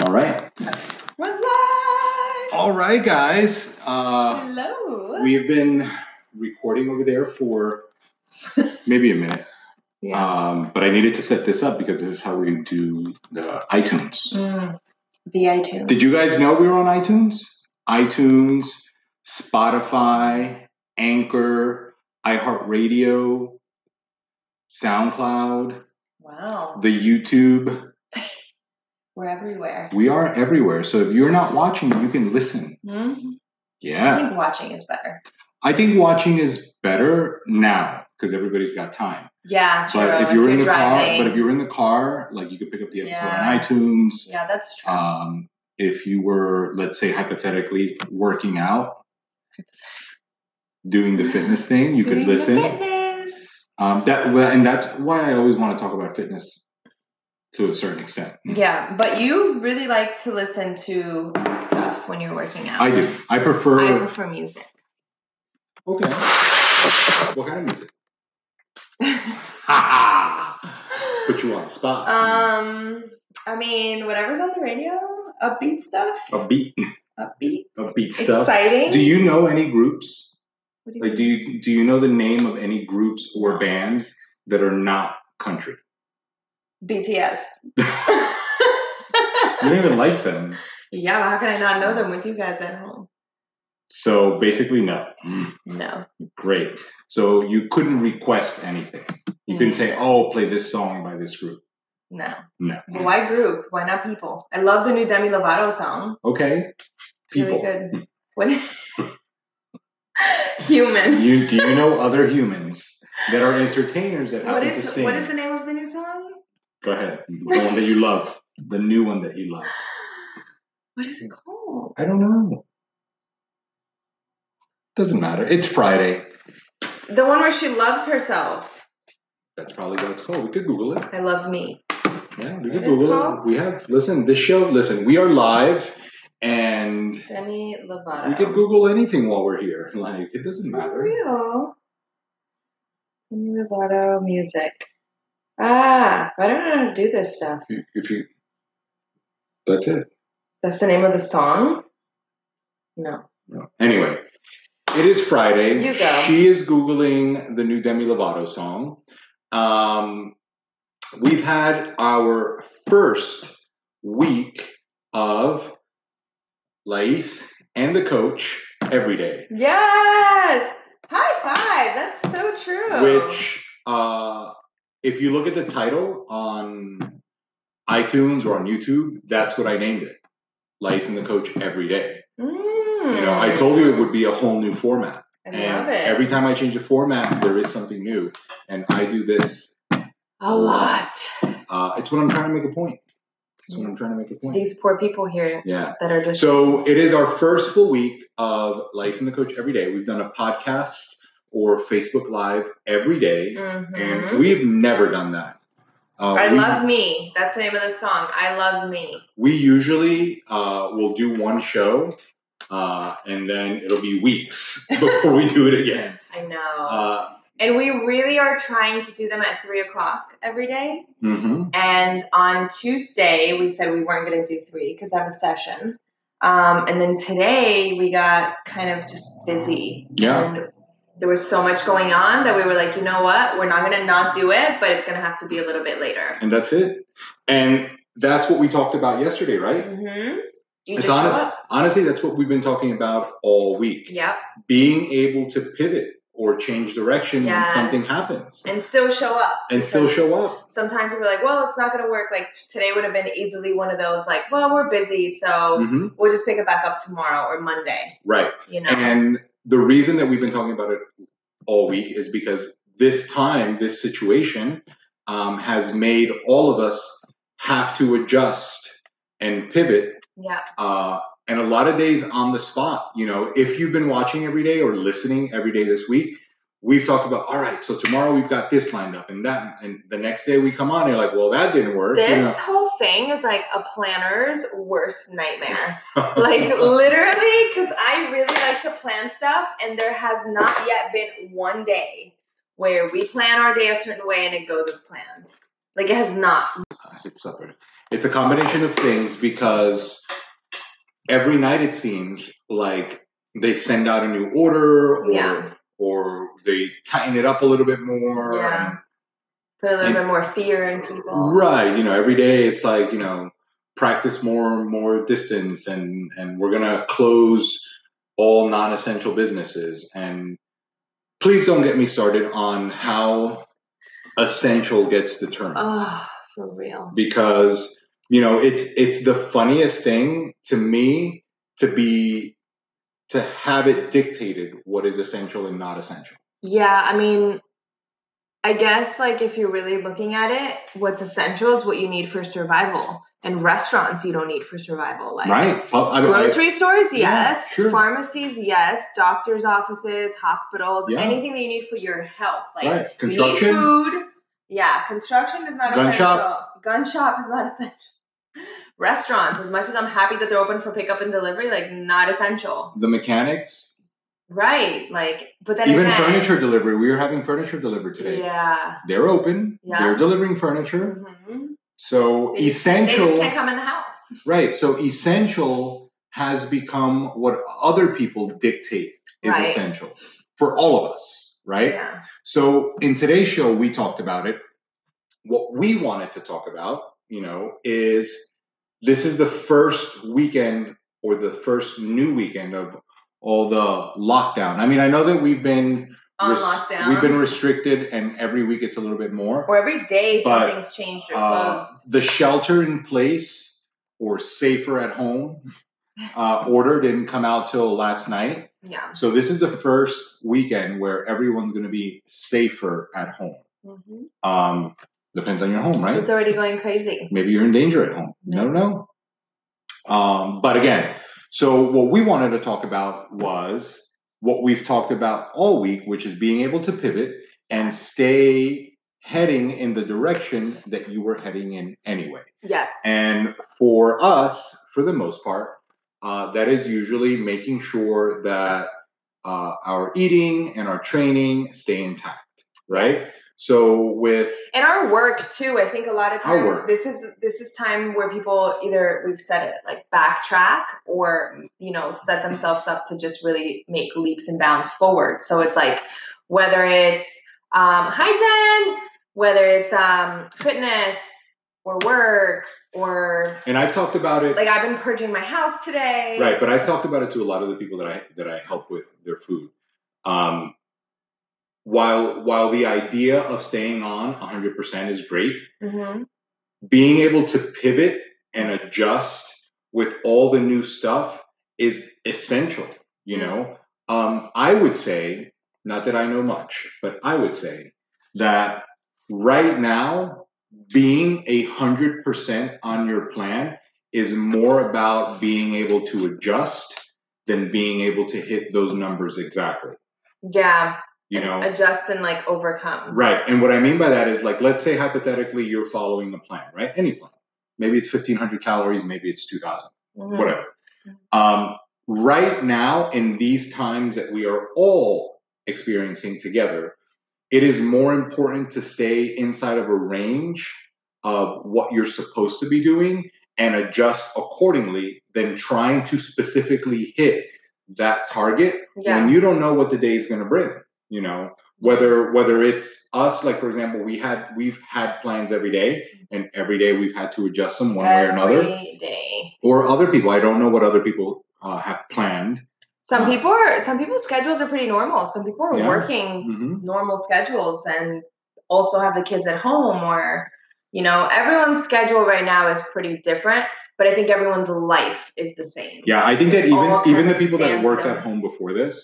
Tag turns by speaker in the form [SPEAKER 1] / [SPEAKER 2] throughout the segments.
[SPEAKER 1] All right.
[SPEAKER 2] We're live!
[SPEAKER 1] All right, guys. Oh, Uh,
[SPEAKER 2] Hello!
[SPEAKER 1] we have been recording over there for maybe a minute,
[SPEAKER 2] yeah.
[SPEAKER 1] um, but I needed to set this up because this is how we do the iTunes.
[SPEAKER 2] Mm, the iTunes.
[SPEAKER 1] Did you guys know we were on iTunes? iTunes, Spotify, Anchor, iHeartRadio, SoundCloud,
[SPEAKER 2] wow.
[SPEAKER 1] the YouTube.
[SPEAKER 2] We're everywhere.
[SPEAKER 1] We are everywhere. So if you're not watching, you can listen.
[SPEAKER 2] Mhm.
[SPEAKER 1] Yeah.
[SPEAKER 2] I think watching is better.
[SPEAKER 1] I think watching is better now because everybody's got time.
[SPEAKER 2] Yeah, true.
[SPEAKER 1] But if you're in the
[SPEAKER 2] driving,
[SPEAKER 1] car, but if you're in the car, like you could pick up the episode
[SPEAKER 2] Yeah.
[SPEAKER 1] on iTunes.
[SPEAKER 2] yeah, that's true.
[SPEAKER 1] Um, if you were, let's say, hypothetically working out, doing the fitness thing, you
[SPEAKER 2] Doing
[SPEAKER 1] could
[SPEAKER 2] the
[SPEAKER 1] listen.
[SPEAKER 2] fitness.
[SPEAKER 1] Um, that well, and that's why I always want to talk about fitness to a certain extent.
[SPEAKER 2] Yeah, but you really like to listen to stuff when you're working out.
[SPEAKER 1] I do. I
[SPEAKER 2] I
[SPEAKER 1] prefer.
[SPEAKER 2] prefer music.
[SPEAKER 1] okay. What kind of music? Ha ha! Put you on the spot.
[SPEAKER 2] um, I mean, whatever's on the radio, upbeat stuff,
[SPEAKER 1] a beat,
[SPEAKER 2] upbeat,
[SPEAKER 1] a beat stuff.
[SPEAKER 2] exciting.
[SPEAKER 1] Do you know any groups?
[SPEAKER 2] What do you
[SPEAKER 1] Like, do you do you know the name of any groups or
[SPEAKER 2] No.
[SPEAKER 1] bands that are not country?
[SPEAKER 2] BTS.
[SPEAKER 1] You don't even like them,
[SPEAKER 2] yeah, but how can I not know them with you guys at home?
[SPEAKER 1] so basically, no. Mm,
[SPEAKER 2] No.
[SPEAKER 1] Great. So you couldn't request anything. You couldn't say, "Oh, play this song by this group."
[SPEAKER 2] No.
[SPEAKER 1] No.
[SPEAKER 2] But why group? Why not people? I love the new Demi Lovato song.
[SPEAKER 1] Okay.
[SPEAKER 2] It's
[SPEAKER 1] People.
[SPEAKER 2] really good. What? Human.
[SPEAKER 1] You do you know other humans that are entertainers that
[SPEAKER 2] What
[SPEAKER 1] happen to
[SPEAKER 2] is
[SPEAKER 1] sing?
[SPEAKER 2] what is the name of the new song?
[SPEAKER 1] Go ahead. The one that you love. The new one that you love.
[SPEAKER 2] What is it called?
[SPEAKER 1] I don't know. Doesn't matter. It's Friday.
[SPEAKER 2] The one where she loves herself.
[SPEAKER 1] That's probably what it's called. We could Google it.
[SPEAKER 2] I love me.
[SPEAKER 1] Yeah, we could
[SPEAKER 2] It's
[SPEAKER 1] Google
[SPEAKER 2] called-
[SPEAKER 1] it. We have listen. This show, listen, we are live, and
[SPEAKER 2] Demi Lovato.
[SPEAKER 1] we could Google anything while we're here. Like it doesn't
[SPEAKER 2] For
[SPEAKER 1] matter.
[SPEAKER 2] real. Demi Lovato music. Ah, I don't know how to do this stuff.
[SPEAKER 1] If you, if you that's it.
[SPEAKER 2] That's the name of the song? No.
[SPEAKER 1] No. Anyway, it is Friday.
[SPEAKER 2] You go.
[SPEAKER 1] She is googling the new Demi Lovato song. Um, we've had our first week of Lais and the coach every day.
[SPEAKER 2] Yes! High five! That's so true.
[SPEAKER 1] which uh, if you look at the title on iTunes or on YouTube, that's what I named it. License the coach every day.
[SPEAKER 2] Mm.
[SPEAKER 1] You know, I told you it would be a whole new format.
[SPEAKER 2] I
[SPEAKER 1] and
[SPEAKER 2] love it.
[SPEAKER 1] every time I change the format, there is something new. And I do this.
[SPEAKER 2] a lot.
[SPEAKER 1] Uh, it's when I'm trying to make a point. It's when I'm trying to make a point.
[SPEAKER 2] These poor people here
[SPEAKER 1] Yeah.
[SPEAKER 2] that are just
[SPEAKER 1] So it is our first full week of License the Coach every day. We've done a podcast or Facebook Live every day.
[SPEAKER 2] Mhm.
[SPEAKER 1] and we've never done that. Uh,
[SPEAKER 2] I
[SPEAKER 1] we,
[SPEAKER 2] love me. That's the name of the song. I love me.
[SPEAKER 1] We usually uh, will do one show, uh, and then it'll be weeks before we do it again.
[SPEAKER 2] I know.
[SPEAKER 1] Uh,
[SPEAKER 2] and we really are trying to do them at three o'clock every day.
[SPEAKER 1] mhm.
[SPEAKER 2] And on Tuesday, we said we weren't going to do three because I have a session. Um, and then today, we got kind of just busy.
[SPEAKER 1] Yeah.
[SPEAKER 2] And there was so much going on that we were like, you know what? We're not going to not do it, but it's going to have to be a little bit later.
[SPEAKER 1] and that's it. And that's what we talked about yesterday, right?
[SPEAKER 2] Mm-hmm. You
[SPEAKER 1] It's
[SPEAKER 2] just
[SPEAKER 1] honest-
[SPEAKER 2] show up.
[SPEAKER 1] Honestly, that's what we've been talking about all week.
[SPEAKER 2] Yep.
[SPEAKER 1] Being able to pivot or change direction
[SPEAKER 2] Yes.
[SPEAKER 1] when something happens
[SPEAKER 2] And still show up.
[SPEAKER 1] and still show up.
[SPEAKER 2] Sometimes we're like, well, it's not going to work. Like today would have been easily one of those, like, well, we're busy, so
[SPEAKER 1] hmm
[SPEAKER 2] we'll just pick it back up tomorrow or Monday,
[SPEAKER 1] Right.
[SPEAKER 2] you know?
[SPEAKER 1] And the reason that we've been talking about it all week is because this time, this situation um, has made all of us have to adjust and pivot.
[SPEAKER 2] yeah.
[SPEAKER 1] Uh, and a lot of days on the spot, you know, if you've been watching every day or listening every day this week, we've talked about, all right, so tomorrow we've got this lined up and that. And the next day we come on, you're like, well, that didn't work. you
[SPEAKER 2] This
[SPEAKER 1] know.
[SPEAKER 2] whole thing is like a planner's worst nightmare. like literally, because I really like to plan stuff, and there has not yet been one day where we plan our day a certain way and it goes as planned. Like it has not.
[SPEAKER 1] it's up there. It's a combination of things because every night it seems like they send out a new order or
[SPEAKER 2] Yeah.
[SPEAKER 1] or they tighten it up a little bit more.
[SPEAKER 2] Yeah. Put a little bit more fear in people.
[SPEAKER 1] Right. You know, every day it's like, you know, practice more and more distance and and we're going to close all non-essential businesses and please don't get me started on how essential gets determined
[SPEAKER 2] Oh, for real.
[SPEAKER 1] because you know it's it's the funniest thing to me to be to have it dictated what is essential and not essential
[SPEAKER 2] Yeah, I mean, I guess like if you're really looking at it, what's essential is what you need for survival, and restaurants you don't need for survival. Like
[SPEAKER 1] right Pub- I- I-
[SPEAKER 2] grocery stores,
[SPEAKER 1] Yeah,
[SPEAKER 2] yes.
[SPEAKER 1] sure.
[SPEAKER 2] Pharmacies, yes. Doctors' offices, hospitals,
[SPEAKER 1] Yeah.
[SPEAKER 2] anything that you need for your health, like
[SPEAKER 1] right.
[SPEAKER 2] you need
[SPEAKER 1] construction
[SPEAKER 2] food. Yeah, construction is not
[SPEAKER 1] Gun
[SPEAKER 2] essential.
[SPEAKER 1] shop?
[SPEAKER 2] Gun shop is not essential. Restaurants, as much as I'm happy that they're open for pickup and delivery, like not essential,
[SPEAKER 1] the mechanics
[SPEAKER 2] right? Like, but then
[SPEAKER 1] even
[SPEAKER 2] again,
[SPEAKER 1] furniture delivery we were having furniture delivered today
[SPEAKER 2] Yeah.
[SPEAKER 1] they're open
[SPEAKER 2] Yeah.
[SPEAKER 1] they're delivering furniture
[SPEAKER 2] Mhm.
[SPEAKER 1] so
[SPEAKER 2] They just- They
[SPEAKER 1] essential
[SPEAKER 2] just can't come in the house.
[SPEAKER 1] right so essential has become what other people dictate is
[SPEAKER 2] Right.
[SPEAKER 1] essential for all of us right
[SPEAKER 2] Yeah.
[SPEAKER 1] So in today's show, we talked about it. What we wanted to talk about, you know, is this is the first weekend or the first new weekend of all the lockdown. I mean, I know that we've been
[SPEAKER 2] On
[SPEAKER 1] res-
[SPEAKER 2] lockdown.
[SPEAKER 1] we've been restricted, and every week it's a little bit more.
[SPEAKER 2] or every day
[SPEAKER 1] But,
[SPEAKER 2] something's changed or
[SPEAKER 1] Uh,
[SPEAKER 2] closed.
[SPEAKER 1] the shelter in place or safer at home uh, order didn't come out till last night.
[SPEAKER 2] Yeah.
[SPEAKER 1] So this is the first weekend where everyone's going to be safer at home.
[SPEAKER 2] Mhm.
[SPEAKER 1] Um, depends on your home, right?
[SPEAKER 2] It's already going crazy.
[SPEAKER 1] Maybe you're in danger at home. No, no. Um, but again, so what we wanted to talk about was what we've talked about all week, which is being able to pivot and stay heading in the direction that you were heading in anyway.
[SPEAKER 2] Yes.
[SPEAKER 1] And for us, for the most part, uh, that is usually making sure that uh, our eating and our training stay intact, right? So with
[SPEAKER 2] and our work too i think a lot of
[SPEAKER 1] Our
[SPEAKER 2] times
[SPEAKER 1] work.
[SPEAKER 2] this is this is time where people either we've said it like backtrack or you know
[SPEAKER 1] Mm-hmm.
[SPEAKER 2] set themselves up to just really make leaps and bounds forward so it's like whether it's um, hi jen whether it's um, fitness or work or
[SPEAKER 1] and I've talked about it
[SPEAKER 2] like i've been purging my house today
[SPEAKER 1] Right, but I've talked about it to a lot of the people that I that I help with their food. Um, while while the idea of staying on 100% is great,
[SPEAKER 2] Mhm.
[SPEAKER 1] being able to pivot and adjust with all the new stuff is essential, you know? Um, I would say, not that I know much, but I would say that right now being a 100% on your plan is more about being able to adjust than being able to hit those numbers exactly
[SPEAKER 2] yeah
[SPEAKER 1] you know
[SPEAKER 2] adjust and like overcome
[SPEAKER 1] Right. And what I mean by that is like, let's say hypothetically you're following a plan, right? Any plan. Maybe it's 1500 calories, maybe it's 2000,
[SPEAKER 2] Mhm.
[SPEAKER 1] whatever. Um, right now, in these times that we are all experiencing together, it is more important to stay inside of a range of what you're supposed to be doing and adjust accordingly than trying to specifically hit that target
[SPEAKER 2] yeah
[SPEAKER 1] when you don't know what the day is going to bring you know whether whether it's us like for example we had we've had plans every day and every day we've had to adjust them one way or another
[SPEAKER 2] Every day.
[SPEAKER 1] or other people i don't know what other people uh, have planned
[SPEAKER 2] Some
[SPEAKER 1] Uh,
[SPEAKER 2] people are some people's schedules are pretty normal. Some people are
[SPEAKER 1] Yeah.
[SPEAKER 2] working
[SPEAKER 1] Mhm.
[SPEAKER 2] normal schedules and also have the kids at home or you know, everyone's schedule right now is pretty different, but I think everyone's life is the same.
[SPEAKER 1] yeah i think that
[SPEAKER 2] It's
[SPEAKER 1] even
[SPEAKER 2] all
[SPEAKER 1] even
[SPEAKER 2] kind
[SPEAKER 1] the
[SPEAKER 2] of
[SPEAKER 1] people that worked
[SPEAKER 2] sandstone.
[SPEAKER 1] at home before this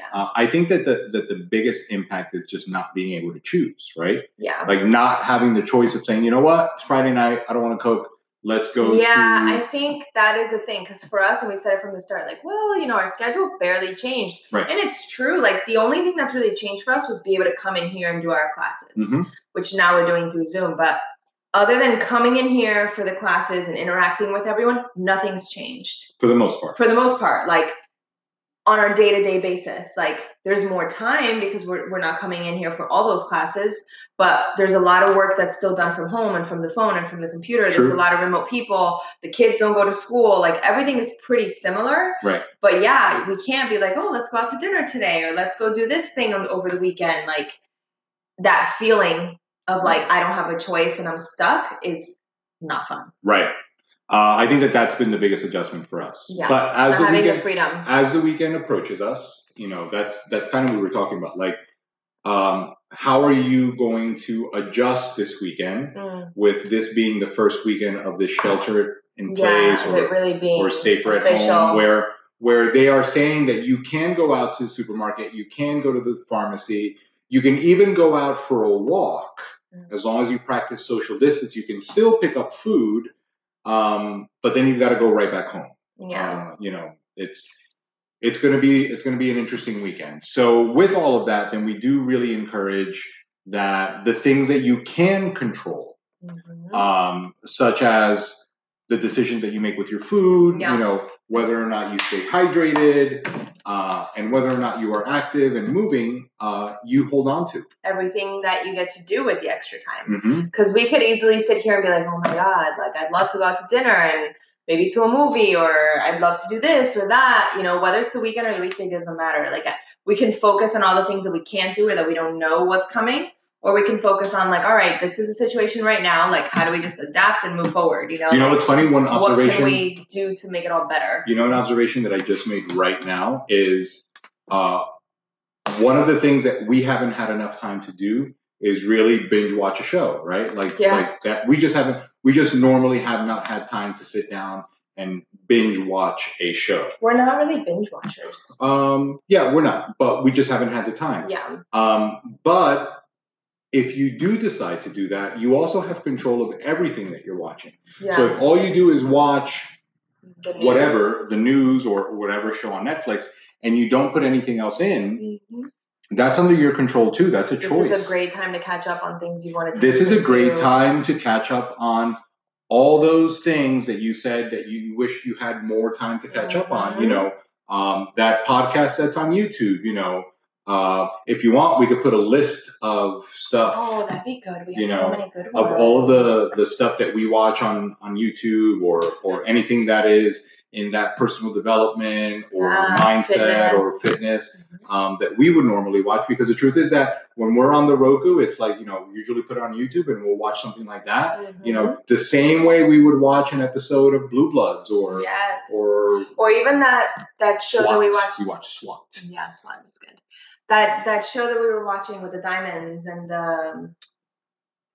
[SPEAKER 2] Yeah.
[SPEAKER 1] uh, i think that the that the biggest impact is just not being able to choose right
[SPEAKER 2] Yeah.
[SPEAKER 1] like not having the choice of saying you know what it's friday night i don't want to cook let's go
[SPEAKER 2] yeah,
[SPEAKER 1] to
[SPEAKER 2] I think that is a thing because for us, and we said it from the start, like, well, you know, our schedule barely changed,
[SPEAKER 1] Right.
[SPEAKER 2] and it's true. Like the only thing that's really changed for us was be able to come in here and do our classes.
[SPEAKER 1] Mhm.
[SPEAKER 2] which now we're doing through Zoom. But other than coming in here for the classes and interacting with everyone, nothing's changed
[SPEAKER 1] for the most part
[SPEAKER 2] for the most part. Like on our day to day basis. Like there's more time because we're, we're not coming in here for all those classes, but there's a lot of work that's still done from home and from the phone and from the computer.
[SPEAKER 1] True.
[SPEAKER 2] There's a lot of remote people. The kids don't go to school. Like everything is pretty similar.
[SPEAKER 1] Right.
[SPEAKER 2] But yeah, we can't be like, oh, let's go out to dinner today or let's go do this thing on, over the weekend. Like that feeling of like, I don't have a choice and I'm stuck is not fun.
[SPEAKER 1] Right. Uh, I think that that's been the biggest adjustment for us.
[SPEAKER 2] Yeah.
[SPEAKER 1] But as
[SPEAKER 2] Not
[SPEAKER 1] the
[SPEAKER 2] having
[SPEAKER 1] weekend,
[SPEAKER 2] the freedom.
[SPEAKER 1] as the weekend approaches us, you know, that's that's kind of what we were talking about. Like, um, how are you going to adjust this weekend
[SPEAKER 2] Mm.
[SPEAKER 1] with this being the first weekend of this shelter in
[SPEAKER 2] Yeah,
[SPEAKER 1] place
[SPEAKER 2] of it
[SPEAKER 1] or,
[SPEAKER 2] really being
[SPEAKER 1] or safer at
[SPEAKER 2] official.
[SPEAKER 1] home where where they are saying that you can go out to the supermarket, you can go to the pharmacy, you can even go out for a walk.
[SPEAKER 2] Mm.
[SPEAKER 1] As long as you practice social distance, you can still pick up food, um, but then you've got to go right back home
[SPEAKER 2] yeah.
[SPEAKER 1] uh, you know it's it's going to be it's going to be an interesting weekend so with all of that then we do really encourage that the things that you can control
[SPEAKER 2] Mhm.
[SPEAKER 1] um, such as the decisions that you make with your food
[SPEAKER 2] Yeah.
[SPEAKER 1] you know whether or not you stay hydrated uh, and whether or not you are active and moving uh, you hold on to
[SPEAKER 2] everything that you get to do with the extra time.
[SPEAKER 1] Mhm.
[SPEAKER 2] Because we could easily sit here and be like, oh my God, like I'd love to go out to dinner and maybe to a movie or I'd love to do this or that. You know, whether it's a weekend or the weekday doesn't matter. Like uh, we can focus on all the things that we can't do or that we don't know what's coming. Or we can focus on like, all right, this is a situation right now. Like, how do we just adapt and move forward? You know,
[SPEAKER 1] you know
[SPEAKER 2] Like,
[SPEAKER 1] what's funny one
[SPEAKER 2] what can
[SPEAKER 1] observation
[SPEAKER 2] we do to make it all better?
[SPEAKER 1] You know, an observation that I just made right now is uh, one of the things that we haven't had enough time to do is really binge watch a show, right? Like,
[SPEAKER 2] Yeah.
[SPEAKER 1] like that. We just haven't. We just normally have not had time to sit down and binge watch a show.
[SPEAKER 2] We're not really binge watchers.
[SPEAKER 1] Um, yeah, we're not, but we just haven't had the time.
[SPEAKER 2] Yeah.
[SPEAKER 1] Um, but if you do decide to do that, you also have control of everything that you're watching.
[SPEAKER 2] Yeah.
[SPEAKER 1] So if all you do is watch
[SPEAKER 2] The news.
[SPEAKER 1] whatever the news or whatever show on Netflix and you don't put anything else in,
[SPEAKER 2] Mhm.
[SPEAKER 1] that's under your control too. That's a choice.
[SPEAKER 2] This is a great time to catch up on things you wanted to.
[SPEAKER 1] This is a
[SPEAKER 2] listen
[SPEAKER 1] great
[SPEAKER 2] to.
[SPEAKER 1] time to catch up on all those things that you said that you wish you had more time to catch up on. You
[SPEAKER 2] Mhm.
[SPEAKER 1] know, um, that podcast that's on YouTube. You know, uh, if you want, we could put a list of stuff
[SPEAKER 2] Oh, that'd be good. We have
[SPEAKER 1] You
[SPEAKER 2] so
[SPEAKER 1] know,
[SPEAKER 2] many good ones.
[SPEAKER 1] of all of the the stuff that we watch on on YouTube or or anything that is in that personal development or
[SPEAKER 2] Ah,
[SPEAKER 1] mindset or
[SPEAKER 2] fitness. Mm-hmm.
[SPEAKER 1] fitness um, that we would normally watch because the truth is that when we're on the Roku, it's like you know usually put it on YouTube and we'll watch something like that.
[SPEAKER 2] Mhm.
[SPEAKER 1] You know, the same way we would watch an episode of Blue Bloods or
[SPEAKER 2] yes,
[SPEAKER 1] or
[SPEAKER 2] Or even that that show
[SPEAKER 1] SWAT.
[SPEAKER 2] that we watched.
[SPEAKER 1] We watch SWAT.
[SPEAKER 2] Yes, one is good. That that show that we were watching with the diamonds and the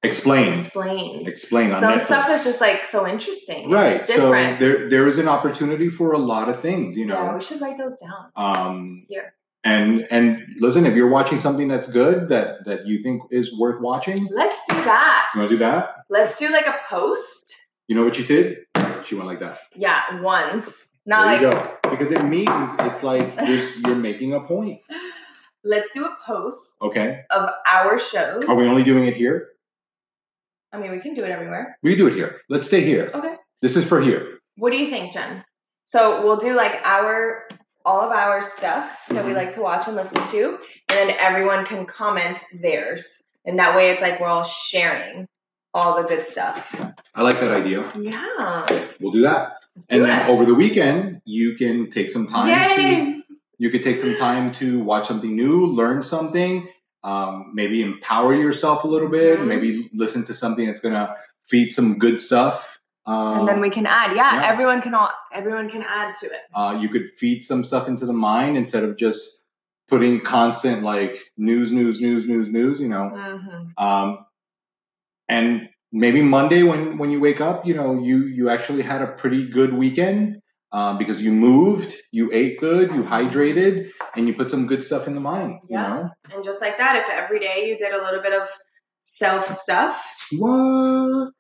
[SPEAKER 1] Explain,
[SPEAKER 2] explained.
[SPEAKER 1] explain. on
[SPEAKER 2] Some stuff
[SPEAKER 1] Netflix.
[SPEAKER 2] is just like so interesting.
[SPEAKER 1] right.
[SPEAKER 2] It's
[SPEAKER 1] So
[SPEAKER 2] different.
[SPEAKER 1] there there is an opportunity for a lot of things. You know.
[SPEAKER 2] yeah, we should write those down.
[SPEAKER 1] um
[SPEAKER 2] Here.
[SPEAKER 1] and and listen if you're watching something that's good that that you think is worth watching you
[SPEAKER 2] Let's do that.
[SPEAKER 1] want to do that
[SPEAKER 2] Let's do like a post.
[SPEAKER 1] you know what she did she went like that
[SPEAKER 2] Yeah, once. Not
[SPEAKER 1] there
[SPEAKER 2] like
[SPEAKER 1] you go because it means it's like you're s- you're making a point
[SPEAKER 2] Let's do a post
[SPEAKER 1] okay
[SPEAKER 2] of our shows.
[SPEAKER 1] are we only doing it here
[SPEAKER 2] I mean, we can do it everywhere.
[SPEAKER 1] we do it here let's stay here
[SPEAKER 2] Okay.
[SPEAKER 1] this is for here
[SPEAKER 2] What do you think, Jen? So we'll do like our all of our stuff that we
[SPEAKER 1] Mhm.
[SPEAKER 2] like to watch and listen to, and then everyone can comment theirs, and that way it's like we're all sharing all the good stuff.
[SPEAKER 1] i like that idea
[SPEAKER 2] Yeah,
[SPEAKER 1] we'll do that
[SPEAKER 2] let's
[SPEAKER 1] and
[SPEAKER 2] do
[SPEAKER 1] then
[SPEAKER 2] it.
[SPEAKER 1] over the weekend you can take some time to
[SPEAKER 2] Yay!
[SPEAKER 1] you could take some time to watch something new learn something um, maybe empower yourself a little bit
[SPEAKER 2] Mhm.
[SPEAKER 1] maybe listen to something that's going to feed some good stuff um,
[SPEAKER 2] and then we can add. Yeah,
[SPEAKER 1] yeah.
[SPEAKER 2] everyone can all everyone can add to it.
[SPEAKER 1] uh, you could feed some stuff into the mind instead of just putting constant like news news news news news you know
[SPEAKER 2] Mhm.
[SPEAKER 1] um, and maybe monday when when you wake up you know you you actually had a pretty good weekend uh, because you moved you ate good you hydrated and you put some good stuff in the mind
[SPEAKER 2] Mm-hmm. Yeah.
[SPEAKER 1] you know
[SPEAKER 2] And just like that, if every day you did a little bit of self stuff
[SPEAKER 1] What?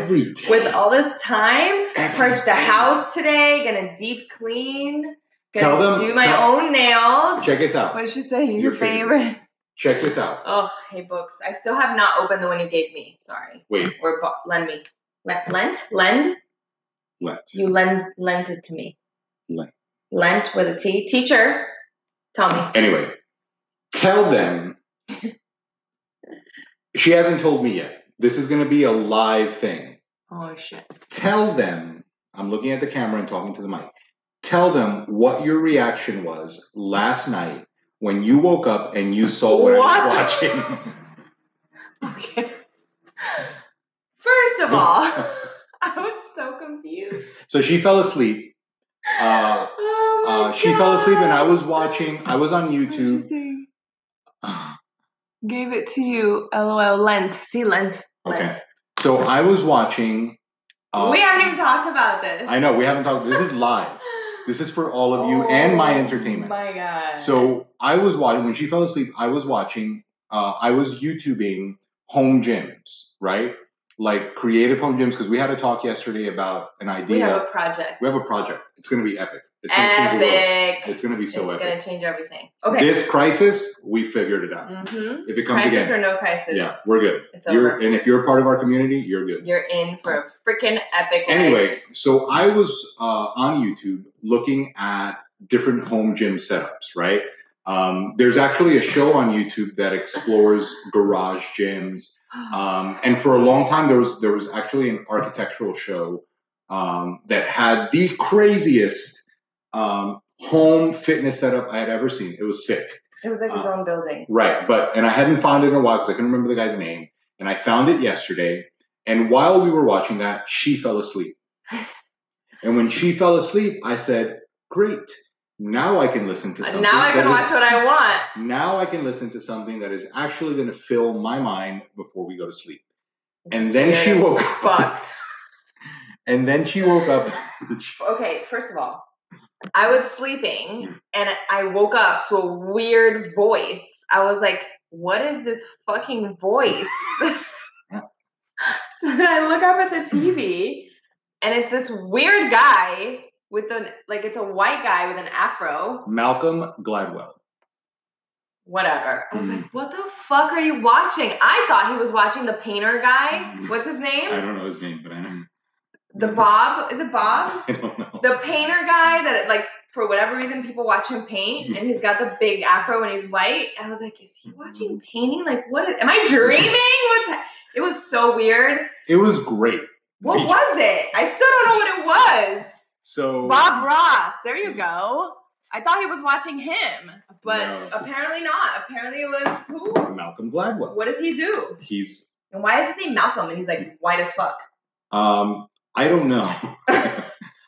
[SPEAKER 1] Every day.
[SPEAKER 2] with all this time,
[SPEAKER 1] Every
[SPEAKER 2] purged the
[SPEAKER 1] day.
[SPEAKER 2] house today. Gonna deep clean. Gonna
[SPEAKER 1] Tell them-
[SPEAKER 2] do my
[SPEAKER 1] tell-
[SPEAKER 2] own nails.
[SPEAKER 1] Check this out.
[SPEAKER 2] What did she say? He's
[SPEAKER 1] Your
[SPEAKER 2] your favorite.
[SPEAKER 1] Check this out.
[SPEAKER 2] Oh, hey books. I still have not opened the one you gave me. Sorry.
[SPEAKER 1] Wait,
[SPEAKER 2] Or bo- lend me. Lent, lent, lend.
[SPEAKER 1] let.
[SPEAKER 2] You lend lent it to me.
[SPEAKER 1] Lent.
[SPEAKER 2] Lent with a T. Teacher. Tell me.
[SPEAKER 1] Anyway, tell them she hasn't told me yet. This is going to be a live thing.
[SPEAKER 2] Oh shit.
[SPEAKER 1] Tell them I'm looking at the camera and talking to the mic. Tell them what your reaction was last night when you woke up and you saw what, I was
[SPEAKER 2] What?
[SPEAKER 1] watching.
[SPEAKER 2] Okay. First of all, I was so confused.
[SPEAKER 1] so she fell asleep. Uh,
[SPEAKER 2] oh my
[SPEAKER 1] uh, she fell asleep and I
[SPEAKER 2] God.
[SPEAKER 1] was watching. I was on YouTube.
[SPEAKER 2] Interesting. Gave it to you. LOL. Lent. See Lent.
[SPEAKER 1] Okay.
[SPEAKER 2] Lent.
[SPEAKER 1] So I was watching. Uh,
[SPEAKER 2] we haven't even talked about this.
[SPEAKER 1] I know we haven't talked. This is live. This is for all of you and my
[SPEAKER 2] Oh
[SPEAKER 1] entertainment.
[SPEAKER 2] My God.
[SPEAKER 1] So I was watching when she fell asleep. I was watching. Uh, I was YouTubing home gyms, right? Like creative home gyms because we had a talk yesterday about an idea.
[SPEAKER 2] we have a project.
[SPEAKER 1] project. It's going to be epic. It's going to change the world.
[SPEAKER 2] epic.
[SPEAKER 1] It's going to be so
[SPEAKER 2] it's
[SPEAKER 1] epic.
[SPEAKER 2] gonna change everything. Okay.
[SPEAKER 1] This crisis, we figured it out.
[SPEAKER 2] mm-hmm.
[SPEAKER 1] If it comes
[SPEAKER 2] Crisis
[SPEAKER 1] again,
[SPEAKER 2] or no crisis.
[SPEAKER 1] yeah, we're good.
[SPEAKER 2] It's
[SPEAKER 1] You're,
[SPEAKER 2] over.
[SPEAKER 1] and if you're a part of our community, you're good.
[SPEAKER 2] You're in for a freaking epic.
[SPEAKER 1] Anyway,
[SPEAKER 2] life.
[SPEAKER 1] so I was uh, on YouTube looking at different home gym setups, right? Um, there's actually a show on YouTube that explores garage gyms. Um, and for a long time, there was there was actually an architectural show um, that had the craziest um, home fitness setup I had ever seen. It was sick.
[SPEAKER 2] it was like its
[SPEAKER 1] uh,
[SPEAKER 2] own building.
[SPEAKER 1] Right, but and I hadn't found it in a while because I couldn't remember the guy's name, and I found it yesterday. And while we were watching that, she fell asleep. And when she fell asleep, I said, "Great, now I can listen to something."
[SPEAKER 2] Now
[SPEAKER 1] that
[SPEAKER 2] I can
[SPEAKER 1] is-
[SPEAKER 2] watch what I want.
[SPEAKER 1] Now I can listen to something that is actually going to fill my mind before we go to sleep. And then she
[SPEAKER 2] Weird as
[SPEAKER 1] woke up.
[SPEAKER 2] Fuck.
[SPEAKER 1] And then she woke up.
[SPEAKER 2] Okay, first of all, I was sleeping and I woke up to a weird voice. I was like, what is this fucking voice? so then I look up at the TV and it's this weird guy with an like it's a white guy with an afro.
[SPEAKER 1] Malcolm Gladwell.
[SPEAKER 2] Whatever. I was like, what the fuck are you watching? I thought he was watching the painter guy. What's his
[SPEAKER 1] I
[SPEAKER 2] name?
[SPEAKER 1] don't know his name, but I know.
[SPEAKER 2] The Bob. Is it Bob?
[SPEAKER 1] I don't know.
[SPEAKER 2] the painter guy that like for whatever reason people watch him paint and he's got the big afro and he's white. I was like, is he watching
[SPEAKER 1] Mm-hmm.
[SPEAKER 2] painting? Like, what? Is, am I dreaming? What's? ha- It was so weird.
[SPEAKER 1] It was great.
[SPEAKER 2] What was it? I still don't know what it was.
[SPEAKER 1] So
[SPEAKER 2] Bob Ross. There you go. I thought he was watching him, but
[SPEAKER 1] No.
[SPEAKER 2] apparently not. Apparently it was who?
[SPEAKER 1] Malcolm Gladwell.
[SPEAKER 2] What does he do?
[SPEAKER 1] He's
[SPEAKER 2] And why is his name Malcolm? And he's like white as fuck.
[SPEAKER 1] Um, I don't know.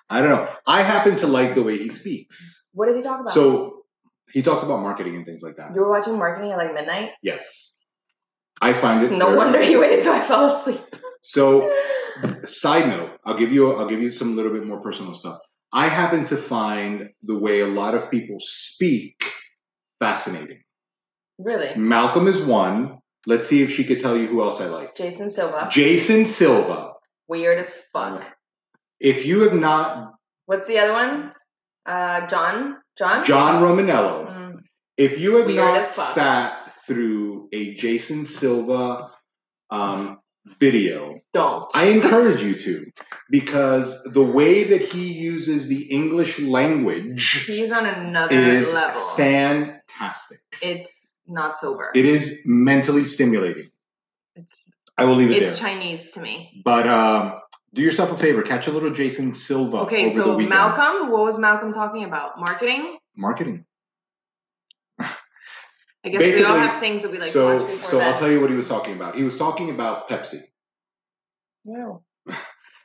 [SPEAKER 1] I don't know. I happen to like the way he speaks.
[SPEAKER 2] What does he talk about?
[SPEAKER 1] So he talks about marketing and things like that.
[SPEAKER 2] you were watching marketing at like midnight.
[SPEAKER 1] Yes. I find it
[SPEAKER 2] No
[SPEAKER 1] very-
[SPEAKER 2] wonder he waited till I fell asleep.
[SPEAKER 1] So side note, I'll give you I'll give you some little bit more personal stuff. I happen to find the way a lot of people speak fascinating.
[SPEAKER 2] Really?
[SPEAKER 1] Malcolm is one. Let's see if she could tell you who else I like.
[SPEAKER 2] Jason Silva.
[SPEAKER 1] Jason Silva.
[SPEAKER 2] Weird as fuck.
[SPEAKER 1] If you have not
[SPEAKER 2] What's the other one? Uh, John. John.
[SPEAKER 1] John Romanello,
[SPEAKER 2] Mm,
[SPEAKER 1] If you have
[SPEAKER 2] Weird
[SPEAKER 1] not
[SPEAKER 2] as fuck.
[SPEAKER 1] sat through a Jason Silva um, video,
[SPEAKER 2] don't.
[SPEAKER 1] I encourage you to because the way that he uses the English language
[SPEAKER 2] He's on another
[SPEAKER 1] is
[SPEAKER 2] level.
[SPEAKER 1] fantastic.
[SPEAKER 2] it's not sober.
[SPEAKER 1] It is mentally stimulating.
[SPEAKER 2] it's
[SPEAKER 1] I will leave it
[SPEAKER 2] it's
[SPEAKER 1] there.
[SPEAKER 2] Chinese to me.
[SPEAKER 1] But um, do yourself a favor, catch a little Jason Silva Oh,
[SPEAKER 2] Okay,
[SPEAKER 1] over the
[SPEAKER 2] so
[SPEAKER 1] weekend.
[SPEAKER 2] Malcolm, what was Malcolm talking about? Marketing.
[SPEAKER 1] Marketing.
[SPEAKER 2] I guess we all
[SPEAKER 1] Basically,
[SPEAKER 2] have things that we like
[SPEAKER 1] so,
[SPEAKER 2] to watch before
[SPEAKER 1] so
[SPEAKER 2] bed.
[SPEAKER 1] I'll tell you what he was talking about. He was talking about Pepsi.
[SPEAKER 2] wow.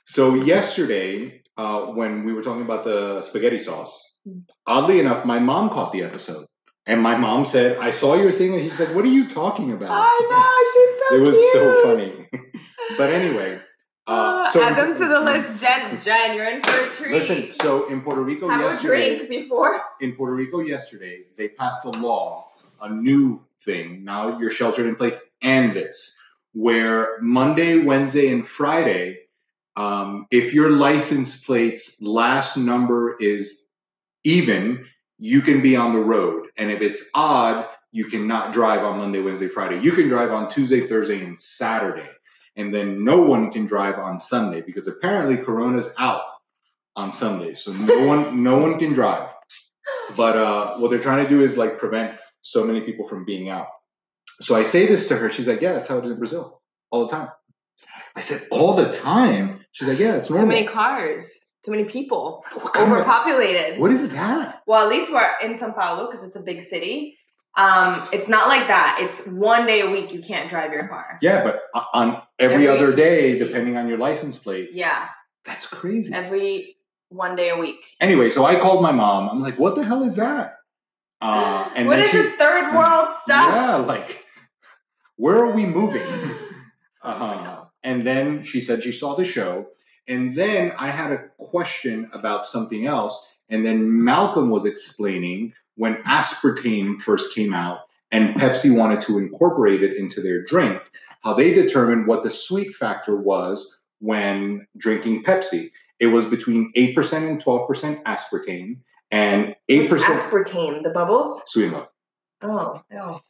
[SPEAKER 1] So yesterday, uh, when we were talking about the spaghetti sauce,
[SPEAKER 2] Mm.
[SPEAKER 1] oddly enough, my mom caught the episode, and my mom said, "I saw your thing," and she said, "What are you talking about?"
[SPEAKER 2] I know Oh she's so.
[SPEAKER 1] it was so
[SPEAKER 2] cute.
[SPEAKER 1] funny. but anyway, uh,
[SPEAKER 2] Uh,
[SPEAKER 1] so mm,
[SPEAKER 2] add them to the list, Jen. Jen, you're in for a treat.
[SPEAKER 1] Listen, so in Puerto Rico
[SPEAKER 2] have a
[SPEAKER 1] yesterday,
[SPEAKER 2] drink before.
[SPEAKER 1] in Puerto Rico yesterday, they passed a law, a new thing. Now you're sheltered in place, and this, where Monday, Wednesday, and Friday, um, if your license plate's last number is even, you can be on the road. And if it's odd, you cannot drive on Monday, Wednesday, Friday. You can drive on Tuesday, Thursday, and Saturday. And then no one can drive on Sunday because apparently Corona's out on Sunday. So no one no one can drive. But uh, what they're trying to do is like prevent so many people from being out. So I say this to her. She's like, yeah, that's how it is in Brazil all the time. I said, all the time? She's like, yeah, it's
[SPEAKER 2] Too
[SPEAKER 1] normal.
[SPEAKER 2] many cars. Too many people.
[SPEAKER 1] What kind of-
[SPEAKER 2] Overpopulated.
[SPEAKER 1] what is that?
[SPEAKER 2] Well, at least we're in Sao Paulo because it's a big city. Um, it's not like that. It's one day a week you can't drive your car.
[SPEAKER 1] Yeah, but o- on every,
[SPEAKER 2] Every-
[SPEAKER 1] other day, depending on your license plate,
[SPEAKER 2] Yeah,
[SPEAKER 1] that's crazy.
[SPEAKER 2] every one day a week.
[SPEAKER 1] anyway, so I called my mom. I'm like, what the hell is that? Uh, and
[SPEAKER 2] what
[SPEAKER 1] then
[SPEAKER 2] is
[SPEAKER 1] she-
[SPEAKER 2] this third world stuff?
[SPEAKER 1] Yeah, like, where are we moving?
[SPEAKER 2] I
[SPEAKER 1] Uh-huh.
[SPEAKER 2] know.
[SPEAKER 1] And then she said she saw the show. And then I had a question about something else. And then Malcolm was explaining when aspartame first came out and Pepsi wanted to incorporate it into their drink, how they determined what the sweet factor was when drinking Pepsi. It was between 8% and 12% aspartame and 8%
[SPEAKER 2] What's aspartame, the bubbles.
[SPEAKER 1] sweetener.
[SPEAKER 2] Oh, no.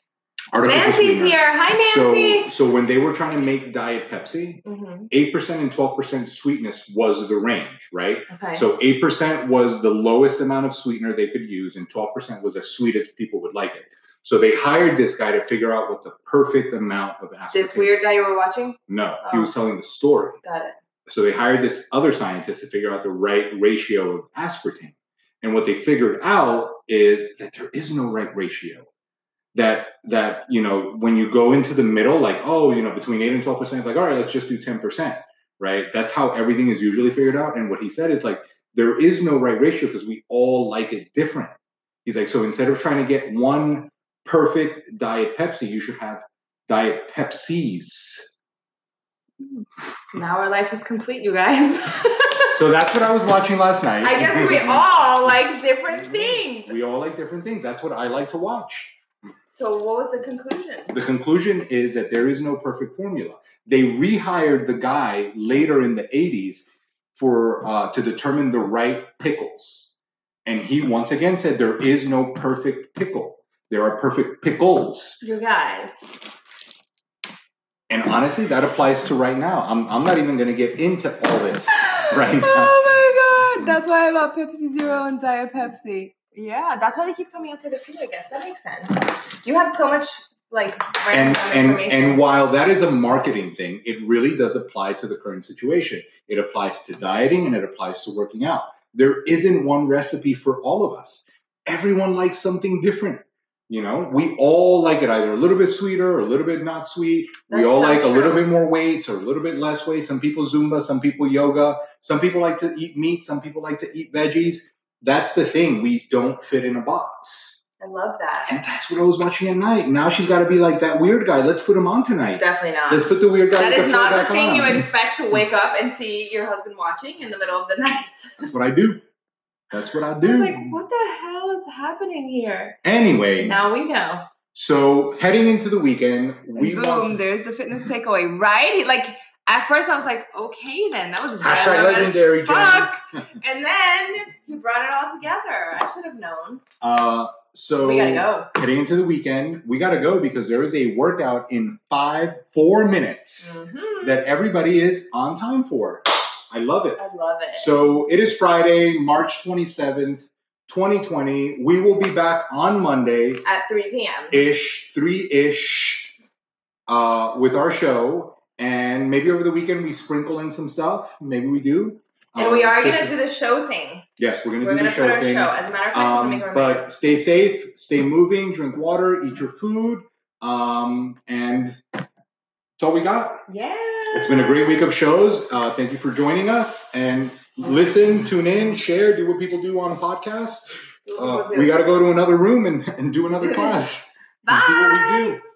[SPEAKER 1] artificial
[SPEAKER 2] Nancy's
[SPEAKER 1] sweetener.
[SPEAKER 2] here. Hi, Nancy.
[SPEAKER 1] So, so when they were trying to make Diet Pepsi,
[SPEAKER 2] hmm
[SPEAKER 1] 8% and 12% sweetness was the range, right?
[SPEAKER 2] Okay.
[SPEAKER 1] So 8% was the lowest amount of sweetener they could use, and 12% was as sweet as people would like it. So they hired this guy to figure out what the perfect amount of aspartame.
[SPEAKER 2] this weird guy you were watching.
[SPEAKER 1] No, he was
[SPEAKER 2] Oh.
[SPEAKER 1] telling the story.
[SPEAKER 2] Got it.
[SPEAKER 1] So they hired this other scientist to figure out the right ratio of aspartame. And what they figured out is that there is no right ratio. That that you know when you go into the middle, like oh you know between eight and twelve percent, like all right let's just do ten percent, right? That's how everything is usually figured out. And what he said is like there is no right ratio because we all like it different. He's like so instead of trying to get one perfect diet Pepsi, you should have diet Pepsis.
[SPEAKER 2] Now our life is complete, you guys.
[SPEAKER 1] So that's what I was watching last night.
[SPEAKER 2] I guess we all like different things.
[SPEAKER 1] We all like different things. That's what I like to watch.
[SPEAKER 2] So what was the conclusion?
[SPEAKER 1] The conclusion is that there is no perfect formula. They rehired the guy later in the 80s for uh, to determine the right pickles. And he once again said there is no perfect pickle. There are perfect pickles.
[SPEAKER 2] You guys.
[SPEAKER 1] And honestly, that applies to right now. I'm, I'm not even going to get into all this. Right now.
[SPEAKER 2] Oh my god. That's why I bought Pepsi Zero and Diet Pepsi. Yeah, that's why they keep coming up with a few, I guess. That makes sense. You have so much like
[SPEAKER 1] and
[SPEAKER 2] random
[SPEAKER 1] and
[SPEAKER 2] information.
[SPEAKER 1] and while that is a marketing thing it really does apply to the current situation it applies to dieting and it applies to working out there isn't one recipe for all of us everyone likes something different you know we all like it either a little bit sweeter or a little bit not sweet we
[SPEAKER 2] That's
[SPEAKER 1] all
[SPEAKER 2] so
[SPEAKER 1] like a little
[SPEAKER 2] true.
[SPEAKER 1] bit more weights or a little bit less weight some people zumba some people yoga some people like to eat meat some people like to eat veggies that's the thing we don't fit in a box
[SPEAKER 2] I love that.
[SPEAKER 1] and that's what I was watching at night. Now she's got to be like that weird guy. Let's put him on tonight.
[SPEAKER 2] Definitely not.
[SPEAKER 1] Let's put the weird guy.
[SPEAKER 2] that
[SPEAKER 1] with
[SPEAKER 2] is
[SPEAKER 1] the fur
[SPEAKER 2] not
[SPEAKER 1] back
[SPEAKER 2] the thing
[SPEAKER 1] on.
[SPEAKER 2] you expect to wake up and see your husband watching in the middle of the night.
[SPEAKER 1] That's what I do. That's what I
[SPEAKER 2] I
[SPEAKER 1] do.
[SPEAKER 2] was like, what the hell is happening here?
[SPEAKER 1] anyway,
[SPEAKER 2] Now we know.
[SPEAKER 1] so heading into the weekend, we
[SPEAKER 2] boom,
[SPEAKER 1] want to-
[SPEAKER 2] there's the fitness takeaway, right? Like at first I was like, okay then, that was
[SPEAKER 1] hashtag
[SPEAKER 2] random as
[SPEAKER 1] legendary. Jen.
[SPEAKER 2] fuck. and then he brought it all together. I should have known.
[SPEAKER 1] Uh, so
[SPEAKER 2] we gotta go.
[SPEAKER 1] heading into the weekend, we gotta go because there is a workout in five four minutes
[SPEAKER 2] Mhm.
[SPEAKER 1] that everybody is on time for. I love it.
[SPEAKER 2] I love it.
[SPEAKER 1] So it is Friday, March 27th, 2020. We will be back on Monday
[SPEAKER 2] at 3 p.m.
[SPEAKER 1] ish, three ish, uh, with our show. And maybe over the weekend we sprinkle in some stuff. Maybe we do.
[SPEAKER 2] and
[SPEAKER 1] Uh,
[SPEAKER 2] we are
[SPEAKER 1] just-
[SPEAKER 2] gonna do the show thing.
[SPEAKER 1] Yes, we're gonna
[SPEAKER 2] We're
[SPEAKER 1] do
[SPEAKER 2] gonna
[SPEAKER 1] the show
[SPEAKER 2] put our
[SPEAKER 1] thing.
[SPEAKER 2] show. As a matter of fact, I'm gonna
[SPEAKER 1] Um,
[SPEAKER 2] make a reminder.
[SPEAKER 1] but stay safe, stay moving, drink water, eat your food, um, and that's all we got.
[SPEAKER 2] Yeah.
[SPEAKER 1] It's been a great week of shows. Uh, thank you for joining us and listen, tune in, share, do what people do on podcasts.
[SPEAKER 2] Do what
[SPEAKER 1] Uh,
[SPEAKER 2] we'll do.
[SPEAKER 1] we got to go to another room and, and do another
[SPEAKER 2] Do it.
[SPEAKER 1] class.
[SPEAKER 2] Bye.
[SPEAKER 1] Do what we do.